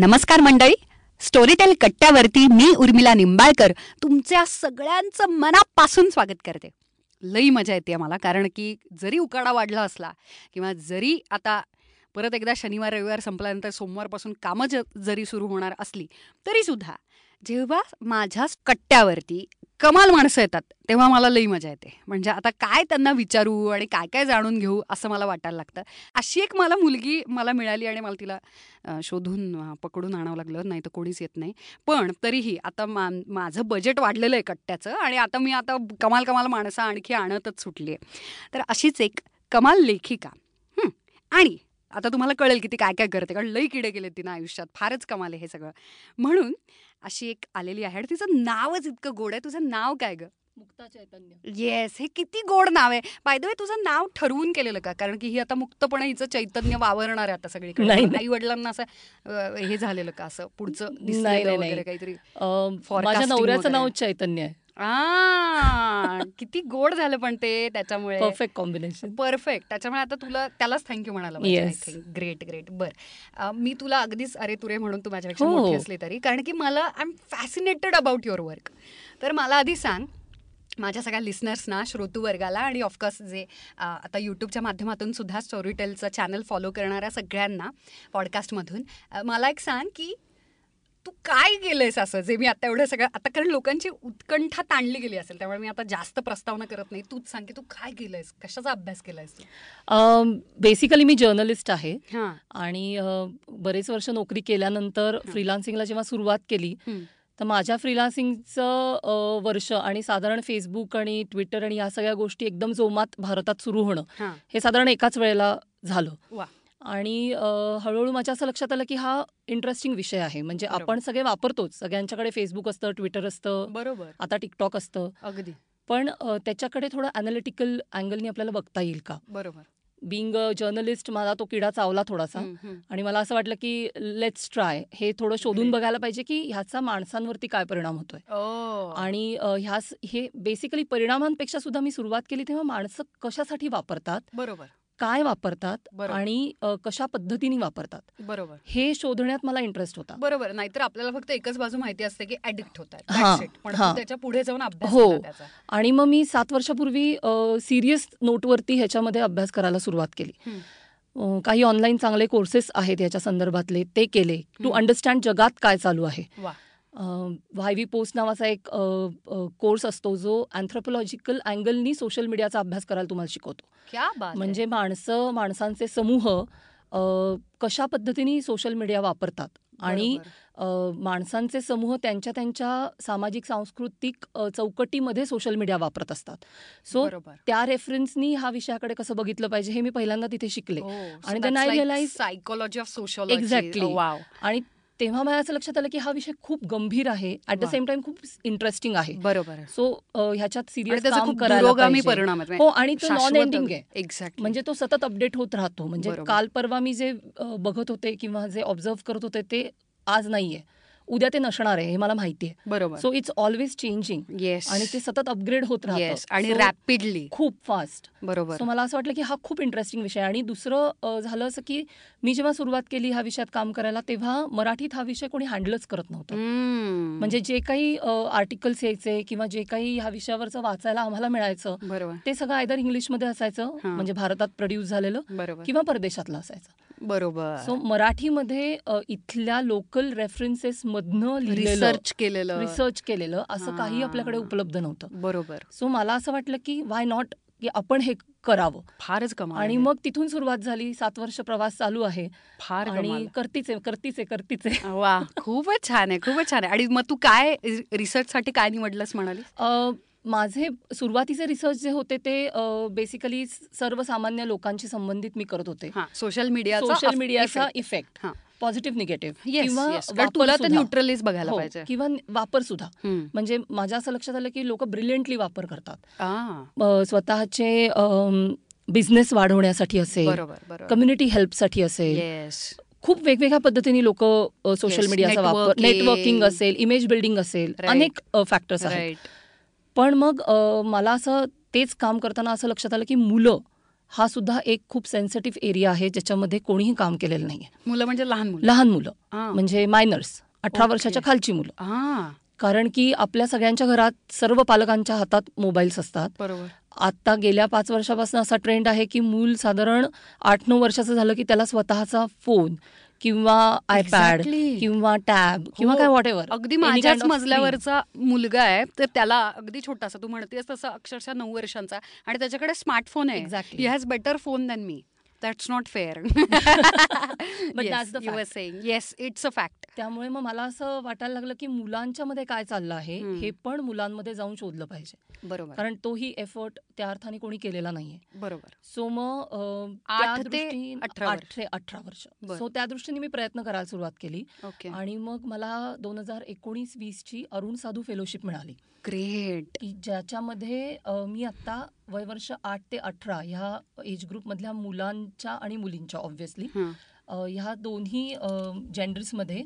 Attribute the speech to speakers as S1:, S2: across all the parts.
S1: नमस्कार मंडळी स्टोरीटेल कट्ट्यावरती मी उर्मिला निंबाळकर तुमच्या सगळ्यांचं मनापासून स्वागत करते लई मजा येते मला कारण की जरी उकाडा वाढला असला किंवा जरी आता परत एकदा शनिवार रविवार संपल्यानंतर सोमवारपासून कामं ज जरी सुरू होणार असली तरीसुद्धा जेव्हा माझ्या कट्ट्यावरती कमाल माणसं येतात तेव्हा मला लई मजा येते म्हणजे आता काय त्यांना विचारू आणि काय काय जाणून घेऊ असं मला वाटायला लागतं अशी एक मला मुलगी मला मिळाली आणि मला तिला अ, शोधून अ, पकडून आणावं लागलं नाही तर कोणीच येत नाही पण तरीही आता मा माझं बजेट वाढलेलं आहे कट्ट्याचं आणि आता मी आता कमाल कमाल माणसं आणखी आणतच सुटली आहे तर अशीच एक कमाल लेखिका हं, आणि आता तुम्हाला कळेल की ती काय काय करते कारण लई किडे गेले तिनं आयुष्यात फारच कमाल आहे हे सगळं म्हणून अशी एक आलेली आहे आणि तिचं नावच इतकं गोड आहे तुझं नाव काय गं
S2: मुक्ता चैतन्य
S1: येस हे किती गोड नाव आहे बाय द वे तुझं नाव ठरवून केलेलं का कारण की ही आता मुक्तपणे हिचं चैतन्य वावरणार आहे आता
S2: नाही,
S1: सगळीकडे
S2: नाही.
S1: आई वडिलांना असं अ, हे झालेलं का असं पुढचं
S2: नाही,
S1: दिसलेलं
S2: नाही,
S1: वगैरे
S2: नाही.
S1: काहीतरी
S2: अं,
S1: Forecasting
S2: माझ्या नवऱ्याचं
S1: वगैरे.
S2: नाव चैतन्य आहे
S1: आ किती गोड झालं पण ते त्याच्यामुळे
S2: परफेक्ट कॉम्बिनेशन
S1: परफेक्ट त्याच्यामुळे आता तुला त्यालाच थँक्यू म्हणाला पाहिजे
S2: Yes.
S1: ग्रेट ग्रेट बर अ, मी तुला अगदीच अरे तुरे म्हणून तू माझ्यापेक्षा
S2: हो.
S1: मोठी असली तरी कारण की मला I am fascinated about your work तर मला आधी सांग माझ्या सगळ्या लिस्नर्सना श्रोतूवर्गाला आणि ऑफकोर्स जे अ, आता यूट्यूबच्या माध्यमातून सुद्धा स्टोरीटेलचं चॅनल फॉलो करणाऱ्या सगळ्यांना पॉडकास्टमधून अ, मला एक सांग की तू काय केलंयस असं जे मी आता एवढं सगळं आता कारण लोकांची उत्कंठा ताणली गेली असेल त्यामुळे मी आता जास्त प्रस्तावना करत नाही तूच सांग की तू काय केलंयस कशाचा अभ्यास केलायस तू
S2: बेसिकली मी जर्नलिस्ट आहे
S1: हां
S2: आणि अं, बरेच वर्ष नोकरी केल्यानंतर फ्रीलान्सिंगला जेव्हा सुरुवात केली
S1: हं.
S2: तर माझ्या फ्रीलान्सिंगचं अं, वर्ष आणि साधारण फेसबुक आणि ट्विटर आणि ह्या सगळ्या गोष्टी एकदम जोमात भारतात सुरू होणं
S1: हां
S2: हे साधारण एकाच वेळेला झालं
S1: वा.
S2: आणि अ, हळूहळू माझ्या असं लक्षात आलं की हा इंटरेस्टिंग विषय आहे म्हणजे
S1: बरोबर.
S2: आपण सगळे वापरतोच सगळ्यांच्याकडे फेसबुक असतं ट्विटर असतं
S1: बरोबर
S2: आता टिकटॉक असतं
S1: अगदी
S2: पण अ, त्याच्याकडे थोडं अनालिटिकल अँगलनी आपल्याला बघता येईल का
S1: बरोबर
S2: बिंग अ जर्नलिस्ट मला तो किडा चावला थोडासा
S1: हं, हं.
S2: आणि मला असं वाटलं की लेट्स ट्राय हे थोडं शोधून
S1: Great.
S2: बघायला पाहिजे की ह्याचा माणसांवरती काय परिणाम होतोय
S1: ओ.
S2: आणि अ, ह्यास हे बेसिकली परिणामांपेक्षा सुद्धा मी सुरुवात केली तेव्हा माणसं कशासाठी वापरतात
S1: बरोबर
S2: काय वापरतात
S1: बरोबर
S2: आणि अ, कशा पद्धतीने वापरतात
S1: बरोबर
S2: हे शोधण्यात मला इंटरेस्ट होता
S1: बरोबर नाहीतर आपल्याला फक्त एकच बाजू माहिती असते की ऍडिक्ट होत
S2: हां,
S1: आहे पण तू
S2: हां.
S1: त्याच्या पुढे जाऊन अभ्यास
S2: हो.
S1: केला त्याचा
S2: आणि मग मी सात वर्षापूर्वी सिरियस नोटवरती ह्याच्यामध्ये अभ्यास करायला सुरुवात केली
S1: हं.
S2: अ, काही ऑनलाईन चांगले कोर्सेस आहेत याच्या संदर्भातले ते केले टू
S1: हं.
S2: अंडरस्टँड जगात काय चालू आहे
S1: वा.
S2: व्हाय व्ही पोस्ट नावाचा एक कोर्स असतो जो अँथ्रोपॉलॉजिकल अँगलनी सोशल मीडियाचा अभ्यास करायला तुम्हाला शिकवतो
S1: क्या बात आहे.
S2: म्हणजे माणसं माणसांचे समूह अ, कशा पद्धतीने सोशल मीडिया वापरतात आणि
S1: बरोबर.
S2: अ, माणसांचे समूह त्यांच्या त्यांच्या सामाजिक सांस्कृतिक अ, चौकटीमध्ये सोशल मीडिया वापरत असतात सो
S1: बरोबर
S2: त्या रेफरन्सनी ह्या विषयाकडे कसं बघितलं पाहिजे हे मी पहिल्यांदा तिथे शिकले
S1: आणि
S2: आणि then I realized-
S1: psychology of social
S2: Exactly. आणि तेव्हा मला असं लक्षात आलं की हा विषय खूप गंभीर आहे ऍट द
S1: वा.
S2: सेम टाइम खूप इंटरेस्टिंग आहे
S1: बरोबर
S2: सो ह्याच्यात
S1: आणि
S2: सिरियस
S1: त्याचा
S2: काम
S1: खूप
S2: करायला
S1: दुरोगामी
S2: पाहिजे.
S1: परिणाम आहेत म्हणजे
S2: हो आणि तो
S1: शाश्वत
S2: नॉन एंडिंग आहे
S1: एक्झॅक्टली
S2: म्हणजे तो सतत अपडेट होत राहतो म्हणजे
S1: बरोबर.
S2: काल परवा मी जे अ, बघत होते किंवा जे ऑब्झर्व करत होते ते आज नाहीये उद्या ते नसणार आहे हे मला माहिती आहे
S1: बरोबर
S2: so it's always changing
S1: yes
S2: आणि ते सतत अपग्रेड होत
S1: येस
S2: राहतं
S1: आणि
S2: So,
S1: रॅपिडली
S2: खूप फास्ट
S1: बरोबर
S2: सो मला असं वाटलं की हा खूप इंटरेस्टिंग विषय आहे आणि दुसरं अ, झालं असं की मी जेव्हा सुरुवात केली ह्या विषयात काम करायला तेव्हा मराठीत हा विषय कोणी हँडलच करत नव्हतं
S1: हम्म.
S2: म्हणजे जे काही आर्टिकल्स यायचे किंवा जे काही ह्या विषयावरचं वाचायला आम्हाला मिळायचं
S1: बरोबर
S2: ते सगळं आयदर इंग्लिशमध्ये असायचं
S1: हां.
S2: म्हणजे भारतात प्रोड्यूस झालेलं
S1: बरोबर
S2: किंवा परदेशातलं असायचं सो
S1: बरोबर
S2: मराठीमध्ये अ, इथल्या लोकल रेफरन्सेस मधनं लिहिलेलं
S1: रिसर्च केलेलं
S2: रिसर्च केलेलं असं काही
S1: हां.
S2: आपल्याकडे उपलब्ध नव्हतं
S1: बरोबर
S2: सो मला असं वाटलं की वाय नॉट की आपण हे करावं
S1: फारच कमाल
S2: आणि
S1: आहे.
S2: मग तिथून सुरुवात झाली सात वर्ष प्रवास चालू आहे
S1: फार
S2: आणि
S1: कमाल
S2: करतीच आहे करतीच आहे करतीच आहे
S1: वा खूपच छान आहे खूपच छान आहे आणि मग तू काय रिसर्च साठी काय निवडलंस म्हणाली
S2: अ, माझे सुरुवातीचे रिसर्च जे होते ते बेसिकली सर्वसामान्य लोकांशी संबंधित मी करत होते
S1: हा सोशल मीडिया
S2: सोशल मीडियाचा इफेक्ट
S1: हां.
S2: पॉझिटिव्ह निगेटिव्ह
S1: येस येस कारण तुला तर न्यूट्रलीच बघायला पाहिजे
S2: हो, किंवा वापर सुद्धा
S1: हम्म.
S2: म्हणजे माझ्या असं लक्षात आलं की लोक ब्रिलियंटली वापर करतात
S1: आ,
S2: अ, स्वतःचे बिझनेस वाढवण्यासाठी असेल
S1: बरोबर बरोबर
S2: कम्युनिटी हेल्पसाठी असेल
S1: येस
S2: खूप वेगवेगळ्या पद्धतीने लोक सोशल
S1: Yes,
S2: मीडियाचा वापर
S1: networking.
S2: नेटवर्किंग असेल इमेज बिल्डिंग असेल
S1: Right.
S2: अनेक फॅक्टर्स आहेत
S1: राईट
S2: पण मग अ, मला असं तेच काम करताना असं लक्षात आलं की मुलं हा सुद्धा एक खूप सेन्सिटिव्ह एरिया आहे ज्याच्यामध्ये कोणीही काम केलेलं नाही
S1: मुलं म्हणजे लहान मुलं
S2: लहान मुलं
S1: हा.
S2: म्हणजे मायनर्स अठरा
S1: ओके.
S2: वर्षाच्या खालची मुलं
S1: हा
S2: कारण की आपल्या सगळ्यांच्या घरात सर्व पालकांच्या हातात मोबाईल्स असतात
S1: बरोबर
S2: आता गेल्या पाच वर्षापासून असा ट्रेंड आहे की मूल साधारण आठ नऊ वर्षाचं झालं की त्याला स्वतःचा फोन किंवा आयपॅड
S1: Exactly.
S2: किंवा टॅब किंवा
S1: हो.
S2: काय वॉटेवर
S1: अगदी माझ्याच मजल्यावरचा मुलगा आहे तर त्याला अगदी छोटासा तू म्हणतेस तसं अक्षरशः नऊ वर्षांचा आणि त्याच्याकडे स्मार्टफोन आहे
S2: Exactly.
S1: He has better phone than me that's not fair
S2: that's the fact.
S1: Yes it's a fact
S2: त्यामुळे मग मला असं वाटायला लागलं की मुलांच्या मध्ये काय चाललं आहे
S1: हम्म.
S2: हे पण मुलांमध्ये जाऊन शोधलं पाहिजे
S1: बरोबर
S2: कारण तोही एफर्ट त्या अर्थाने कोणी केलेला नाहीये
S1: बरोबर
S2: सो मग अं,
S1: आठ
S2: त्या
S1: ते
S2: दृष्टीने-
S1: अठरा
S2: आठ
S1: वर्ष.
S2: ते अठरा वर्ष
S1: बरं.
S2: सो त्या दृष्टीने मी प्रयत्न करायला सुरुवात केली
S1: ओके
S2: आणि मग मला दोन हजार एकोणीस वीसची अरुण साधू फेलोशिप मिळाली
S1: ग्रेट
S2: की ज्याच्यामध्ये अ, मी आत्ता वयवर्ष आठ ते अठरा ह्या एज ग्रुपमधल्या मुलांच्या आणि मुलींच्या ऑब्व्हियसली ह्या दोन्ही अ, जेंडर्समध्ये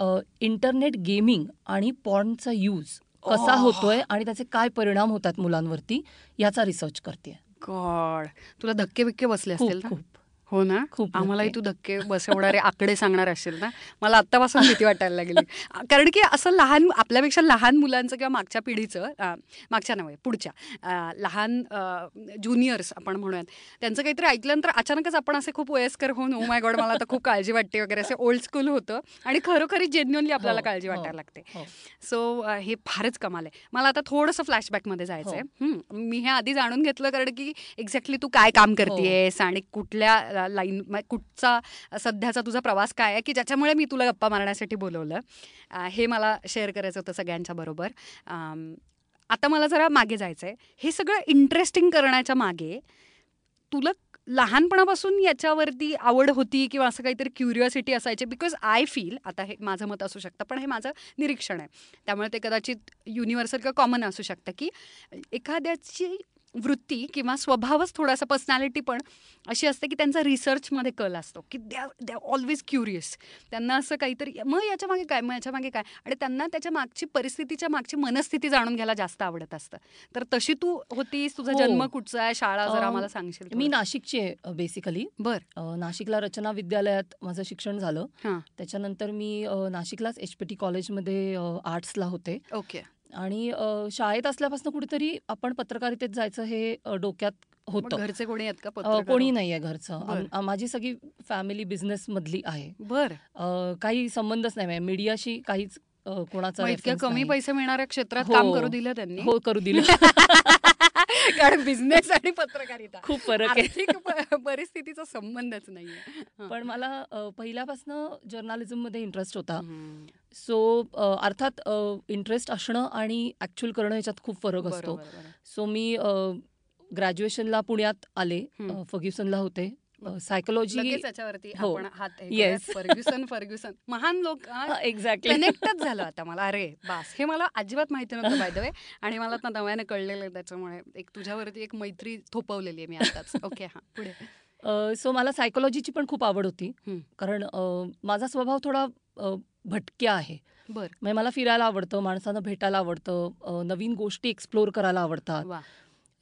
S2: अ, इंटरनेट गेमिंग आणि पॉर्नचा यूज कसा
S1: Oh.
S2: होतोय आणि त्याचे काय परिणाम होतात मुलांवरती याचा रिसर्च करते
S1: गॉड तुला धक्के बिक्के बसले असतील
S2: खूप
S1: ना
S2: खूप
S1: हो ना
S2: खूप
S1: आम्हालाही
S2: नक्की.
S1: तू धक्के बसवणारे आकडे सांगणार असेल ना मला आत्तापासून भीती वाटायला लागली कारण की असं लहान आपल्यापेक्षा लहान मुलांचं किंवा मागच्या पिढीचं अ, मागच्या नव्हे पुढच्या अ, लहान ज्युनियर्स आपण म्हणूयात त्यांचं काहीतरी ऐकल्यानंतर अचानकच आपण असे खूप वयस्कर होऊन ओ माय गॉड मला आता खूप काळजी वाटते वगैरे असे ओल्ड स्कूल होतं आणि खरोखरी जेन्युअनली आपल्याला
S2: हो,
S1: काळजी
S2: हो,
S1: वाटायला लागते
S2: हो.
S1: सो अ, हे फारच कमाल आहे मला आता थोडंसं फ्लॅशबॅकमध्ये जायचं आहे हम्म, मी हे आधी जाणून घेतलं कारण की एक्झॅक्टली तू काय काम करतेयस आणि कुठल्या लाईन कुठचा सध्याचा तुझा प्रवास काय आहे की ज्याच्यामुळे मी तुला गप्पा मारण्यासाठी बोलवलं अ, हे मला शेअर करायचं होतं सगळ्यांच्या बरोबर अम, आता मला जरा मागे जायचं आहे हे सगळं इंटरेस्टिंग करण्याच्या मागे तुला लहानपणापासून याच्यावरती आवड होती किंवा असं काहीतरी क्युरिओसिटी असायची बिकॉज आय फील आता हे माझं मत असू शकतं पण हे माझं निरीक्षण आहे त्यामुळे ते कदाचित युनिव्हर्सल किंवा कॉमन असू शकतं की एखाद्याची वृत्ती किंवा स्वभावच थोडासा पर्सनॅलिटी पण अशी असते की त्यांचा रिसर्चमध्ये कल असतो की दे दे ऑलवेज क्युरियस त्यांना असं काहीतरी मग याच्या मागे काय मग याच्या मागे काय आणि त्यांना त्याच्या मागची परिस्थितीच्या मागची मनस्थिती जाणून घ्यायला जास्त आवडत असतं तर तशी तू होतीस तुझा
S2: हो.
S1: जन्म कुठचा आहे शाळा जरा
S2: अम,
S1: मला सांगशील
S2: मी नाशिकची आहे बेसिकली
S1: बर
S2: नाशिकला रचना विद्यालयात माझं शिक्षण झालं
S1: हां.
S2: त्याच्यानंतर मी अ, नाशिकलाच एच पी टी कॉलेजमध्ये अ, आर्ट्सला होते
S1: ओके
S2: आणि अ, शाळेत असल्यापासून कुठेतरी आपण पत्रकारितेत जायचं हे अ, डोक्यात
S1: मग
S2: होतं
S1: घरचे कोणी आहेत का
S2: अ,
S1: पत्रकार?
S2: कोणी नाहीये घरचं
S1: बरं.
S2: आम- आ- माझी सगळी फॅमिली बिझनेस मधली आहे
S1: बर
S2: अ, काही संबंधच नाही मीडियाशी काहीच अ, कोणाचा
S1: मग इतक्या
S2: reference
S1: कमी
S2: नाही.
S1: पैसे मिळणाऱ्या क्षेत्रात
S2: हो.
S1: काम करू दिलं त्यांनी
S2: हो करू दिलं
S1: कारण बिझनेस आणि पत्रकारिता
S2: खूप फरक आहे
S1: आर्थिक प- परिस्थितीचा संबंधच नाहीये हां.
S2: पण मला अ, पहिल्यापासनं जर्नालिझम मध्ये इंटरेस्ट होता
S1: हम्म.
S2: सो अ, अर्थात इंटरेस्ट असणं आणि ऍक्च्युअल करणं याच्यात खूप फरक
S1: बरोबर,
S2: असतो
S1: बरोबर.
S2: सो मी अ, ग्रॅज्युएशनला पुण्यात आले
S1: हम्म.
S2: अ, फर्ग्युसनला होते सायकोलॉजी
S1: लगेच याच्यावरती
S2: हो.
S1: आपण हात हे
S2: Yes.
S1: करूयात. फर्ग्युसन फर्ग्युसन महान लोक हा,
S2: एक्झॅक्टली
S1: कनेक्टच झालं आता मला अरे बास हे मला अजिबात माहिती नव्हतं बाय द वे आणि मला आता नव्यानं कळलेलं आहे त्याच्यामुळे एक तुझ्यावरती एक मैत्री थोपवलेली आहे मी आताच ओके हा पुढे
S2: अ, सो मला सायकोलॉजीची पण खूप आवड होती
S1: हं.
S2: कारण अ, माझा स्वभाव थोडा अ, भटक्या आहे
S1: बर
S2: म्हणजे मला फिरायला आवडतं माणसांना भेटायला आवडतं अ, नवीन गोष्टी एक्सप्लोअर करायला आवडतात
S1: वा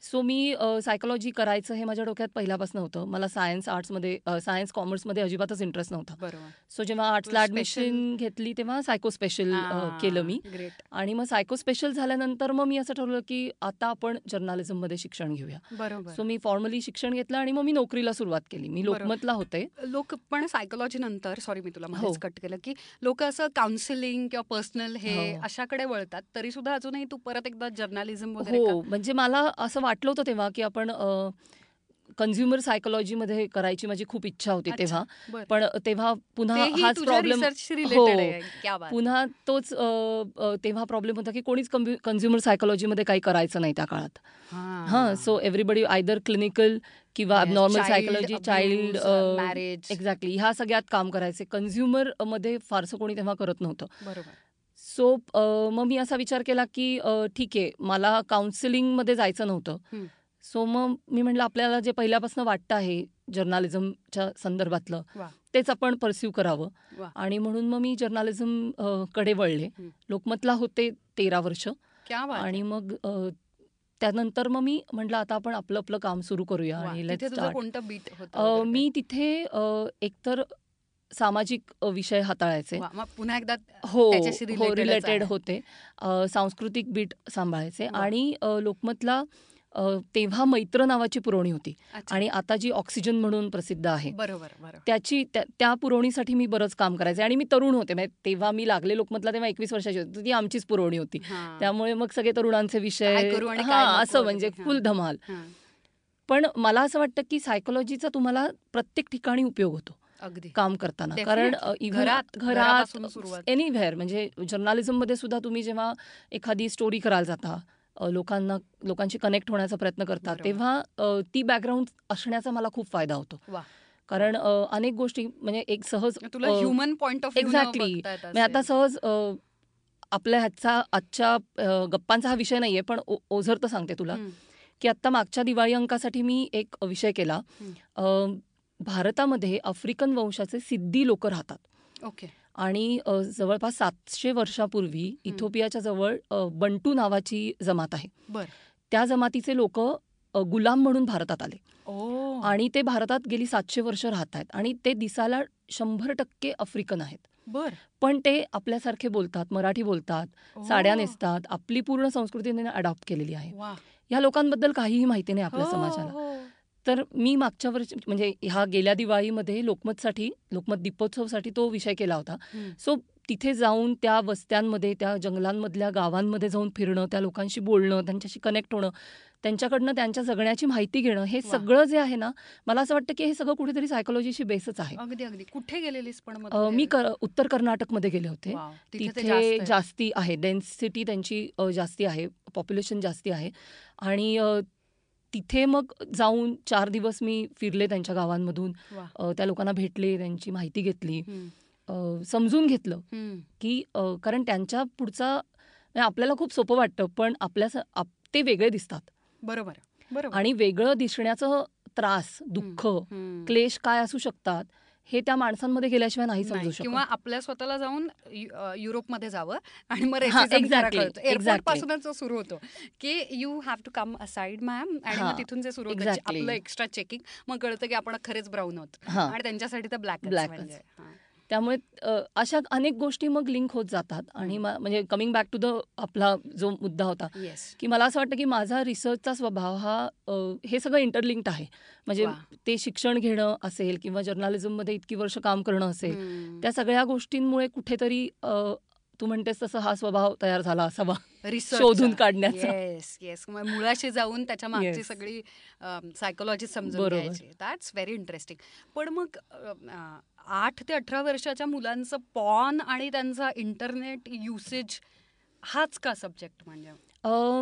S2: सो मी सायकोलॉजी करायचं हे माझ्या डोक्यात पहिल्यापासून होतं मला सायन्स आर्ट्समध्ये सायन्स कॉमर्समध्ये अजिबातच इंटरेस्ट नव्हता
S1: बरोबर
S2: सो जेव्हा आर्ट्सला
S1: special-
S2: ॲडमिशन घेतली तेव्हा सायको स्पेशल हो, केलं मी
S1: ग्रेट
S2: आणि मग सायको स्पेशल झाल्यानंतर मग मी असं ठरवलं की आता आपण जर्नालिझममध्ये शिक्षण घेऊया
S1: बरोबर
S2: सो मी फॉर्मली शिक्षण घेतलं आणि मग मी नोकरीला सुरुवात केली मी
S1: बरोबर.
S2: लोकमतला होते
S1: लोक पण सायकोलॉजी नंतर सॉरी मी तुला मध्येच
S2: हो.
S1: कट केलं की लोक असं काउन्सिलिंग किंवा पर्सनल हे
S2: हो.
S1: अशाकडे वळतात तरी सुद्धा अजूनही तू परत एकदा जर्नालिझम वगैरे का-
S2: हो म्हणजे मला असं वाटलं होतं तेव्हा की आपण कन्झ्युमर सायकोलॉजीमध्ये करायची माझी खूप इच्छा होती
S1: अच्छा,
S2: तेव्हा
S1: बरं.
S2: पण तेव्हा पुन्हा
S1: तेही
S2: हाच
S1: तुझ्या
S2: प्रॉब्लेम
S1: रिसर्चशी
S2: हो.
S1: रिलेटेड आहे क्या बात
S2: पुन्हा तोच अ, अ, तेव्हा प्रॉब्लेम होता की कोणीच कन्झ्युमर सायकोलॉजीमध्ये काही करायचं नाही त्या काळात हां सो एव्हरीबडी आयदर क्लिनिकल किंवा normal psychology child
S1: uh, marriage
S2: exactly ह्या सगळ्यात काम करायचे कन्झ्युमर मध्ये फारसं कोणी तेव्हा करत नव्हतं
S1: बरोबर
S2: सो अ, मग मी असा विचार केला की अ, ठीक आहे मला काउन्सिलिंगमध्ये जायचं
S1: हं.
S2: नव्हतं सो मग मी म्हटलं आपल्याला जे पहिल्यापासून वाटतं आहे जर्नालिझमच्या संदर्भातलं
S1: वा.
S2: तेच आपण परस्यू करावं
S1: वा.
S2: आणि म्हणून मग मी जर्नालिझम अ, कडे वळले
S1: हं.
S2: लोकमतला होते तेरा वर्ष
S1: क्या बात
S2: आणि मग अ, त्यानंतर मग मी म्हटलं आता आपण आपलं आपलं काम सुरू करूया
S1: वा,
S2: आणि
S1: तिथे
S2: let's
S1: तुझं
S2: start.
S1: कोणतं बीट होतं
S2: अ,
S1: वगैरे
S2: मी तिथे अ, एकतर सामाजिक अ, विषय
S1: काय?
S2: हाताळायचे
S1: वा, मग पुन्हा एकदा
S2: हो
S1: त्याच्याशी
S2: हो
S1: relatedच
S2: रिलेटेड
S1: आहे. हो.
S2: होते अ, सांस्कृतिक बीट सांभाळायचे
S1: वा.
S2: आणि अ, लोकमतला अ, तेव्हा मैत्र नावाची पुरवणी होती
S1: अच्छा,
S2: आणि आता जी ऑक्सिजन म्हणून प्रसिद्ध आहे
S1: बरोबर बरोबर
S2: त्याची त्या- त्या पुरवणीसाठी मी बरंच काम करायचे आणि मी तरुण होते म्हणजे तेव्हा मी लागले लोकमतला तेव्हा एकवीस वर्षाची होती तर ती आमचीच पुरवणी होती
S1: हां,
S2: त्यामुळे मग सगळे तरुणांचे
S1: काय
S2: विषय
S1: करू आणि काय
S2: हा
S1: नको
S2: असं
S1: वगैरे,
S2: म्हणजे
S1: हां.
S2: फुल धमाल
S1: हां,
S2: पण मला असं वाटतं की सायकोलॉजीचा तुम्हाला प्रत्येक ठिकाणी उपयोग होतो
S1: अगदी
S2: काम करताना
S1: Definitely.
S2: कारण अ, even
S1: घरात-
S2: घरात
S1: घरापासून सुरुवात.
S2: एनिव्हेअर म्हणजे जर्नालिझम मध्ये सुद्धा तुम्ही जेव्हा एखादी स्टोरी करायला जाता अ, लोकांना लोकांशी कनेक्ट होण्याचा प्रयत्न करता
S1: बरोबर.
S2: तेव्हा अ, ती बॅकग्राऊंड असण्याचा मला खूप फायदा होतो
S1: वा.
S2: कारण अ, अनेक गोष्टी म्हणजे एक सहज
S1: तुला
S2: अ,
S1: ह्युमन पॉइंट ऑफ
S2: exactly. म्हणजे आता सहज अ, आपल्या ह्याचा आजच्या अ, गप्पांचा हा विषय नाहीये पण ओ- ओझर तर सांगते तुला की आत्ता मागच्या दिवाळी अंकासाठी मी एक विषय केला
S1: हं.
S2: अ, भारतामध्ये आफ्रिकन वंशाचे सिद्धी लोक राहतात
S1: ओके
S2: आणि अ, जवळपास सातशे वर्षापूर्वी इथोपियाच्या जवळ अ, बंटू नावाची जमात आहे
S1: बर
S2: त्या जमातीचे लोक गुलाम म्हणून भारतात आले
S1: ओ
S2: आणि ते भारतात गेली सातशे वर्ष राहत आहेत आणि ते दिसायला शंभर टक्के आफ्रिकन आहेत
S1: बर
S2: पण ते आपल्यासारखे बोलतात मराठी बोलतात
S1: ओ.
S2: साड्या नेसतात आपली पूर्ण संस्कृती त्यांनी अडॉप्ट केलेली आहे
S1: वा.
S2: या लोकांबद्दल काहीही माहिती नाही आपल्या
S1: हो,
S2: समाजाला
S1: हो.
S2: तर मी मागच्या वर्षी म्हणजे ह्या गेल्या दिवाळीमध्ये लोकमतसाठी लोकमत दीपोत्सवसाठी तो विषय केला होता
S1: हं,
S2: सो तिथे जाऊन त्या वस्त्यांमध्ये त्या जंगलांमधल्या गावांमध्ये जाऊन फिरणं त्या लोकांशी बोलणं त्यांच्याशी कनेक्ट होणं त्यांच्याकडनं त्यांच्या जगण्याची माहिती घेणं हे
S1: वा.
S2: सगळं जे आहे ना मला असं वाटतं की हे सगळं कुठेतरी सायकोलॉजीशी बेसच आहे
S1: अगदी अगदी कुठे गेलेलीस पण मग
S2: अ,
S1: तू
S2: मी
S1: हे?
S2: कर- उत्तर कर्नाटकमध्ये गेले होते
S1: वाव, तिथे ते
S2: तिथे
S1: जास्त आहे.
S2: जास्ती आहे डेन्सिटी त्यांची अ, जास्ती आहे पॉप्युलेशन जास्ती आहे आणि अ, तिथे मग जाऊन चार दिवस मी फिरले त्यांच्या गावांमधून
S1: वा.
S2: अ, त्या लोकांना भेटले त्यांची माहिती घेतली
S1: हं,
S2: अ, समजून घेतलं
S1: हं.
S2: की अ, कारण त्यांच्या पुढचा म्हणजे आपल्याला खूप सोपं वाटतं पण आपल्या स- आप- ते वेगळे दिसतात
S1: बरोबर बरोबर
S2: आणि वेगळं दिसण्याचं त्रास दुःख
S1: हं.
S2: क्लेश काय असू शकतात हे त्या माणसांमध्ये गेल्याशिवाय नाही समजू
S1: नाही,
S2: शकत
S1: किंवा आपल्या स्वतःला जाऊन यु- अ, युरोपमध्ये जावं आणि मग
S2: हा,
S1: racism खरा
S2: exactly,
S1: कळतो एअरपोर्ट
S2: exactly.
S1: पासूनच तो सुरू होतो की you have to come aside ma'am आणि
S2: हा,
S1: मग तिथून जे सुरू होतं
S2: exactly.
S1: आपलं एक्स्ट्रा चेकिंग मग कळतं की आपण खरेच ब्राऊन आहोत
S2: हा
S1: आणि त्यांच्यासाठी तर म्हणजे, ब्लॅक
S2: Black त्यामुळे अ, अशा अनेक गोष्टी मग लिंक होत जातात आणि मा- म्हणजे कमिंग बॅक टू द आपला जो मुद्दा होता
S1: येस
S2: की मला असं वाटतं की माझा रिसर्चचा स्वभाव हा अ, हे सगळं इंटरलिंक्ड आहे म्हणजे
S1: वा.
S2: ते शिक्षण घेणं असेल किंवा जर्नालिझममध्ये इतकी वर्ष काम करणं असेल त्या सगळ्या गोष्टींमुळे कुठेतरी अ, तू म्हणतेस तसं हा स्वभाव तयार झाला असावा शोधून काढण्याचा.
S1: येस येस मुळाशी जाऊन त्याच्या मागची
S2: Yes.
S1: सगळी सायकोलॉजी समजून
S2: बरोबर.
S1: घ्यायची दॅट्स व्हेरी इंटरेस्टिंग पण मग अ, अ, आठ ते अठरा वर्षाच्या मुलांचं पॉन आणि त्यांचा इंटरनेट युसेज हाच का सब्जेक्ट म्हणजे
S2: अ,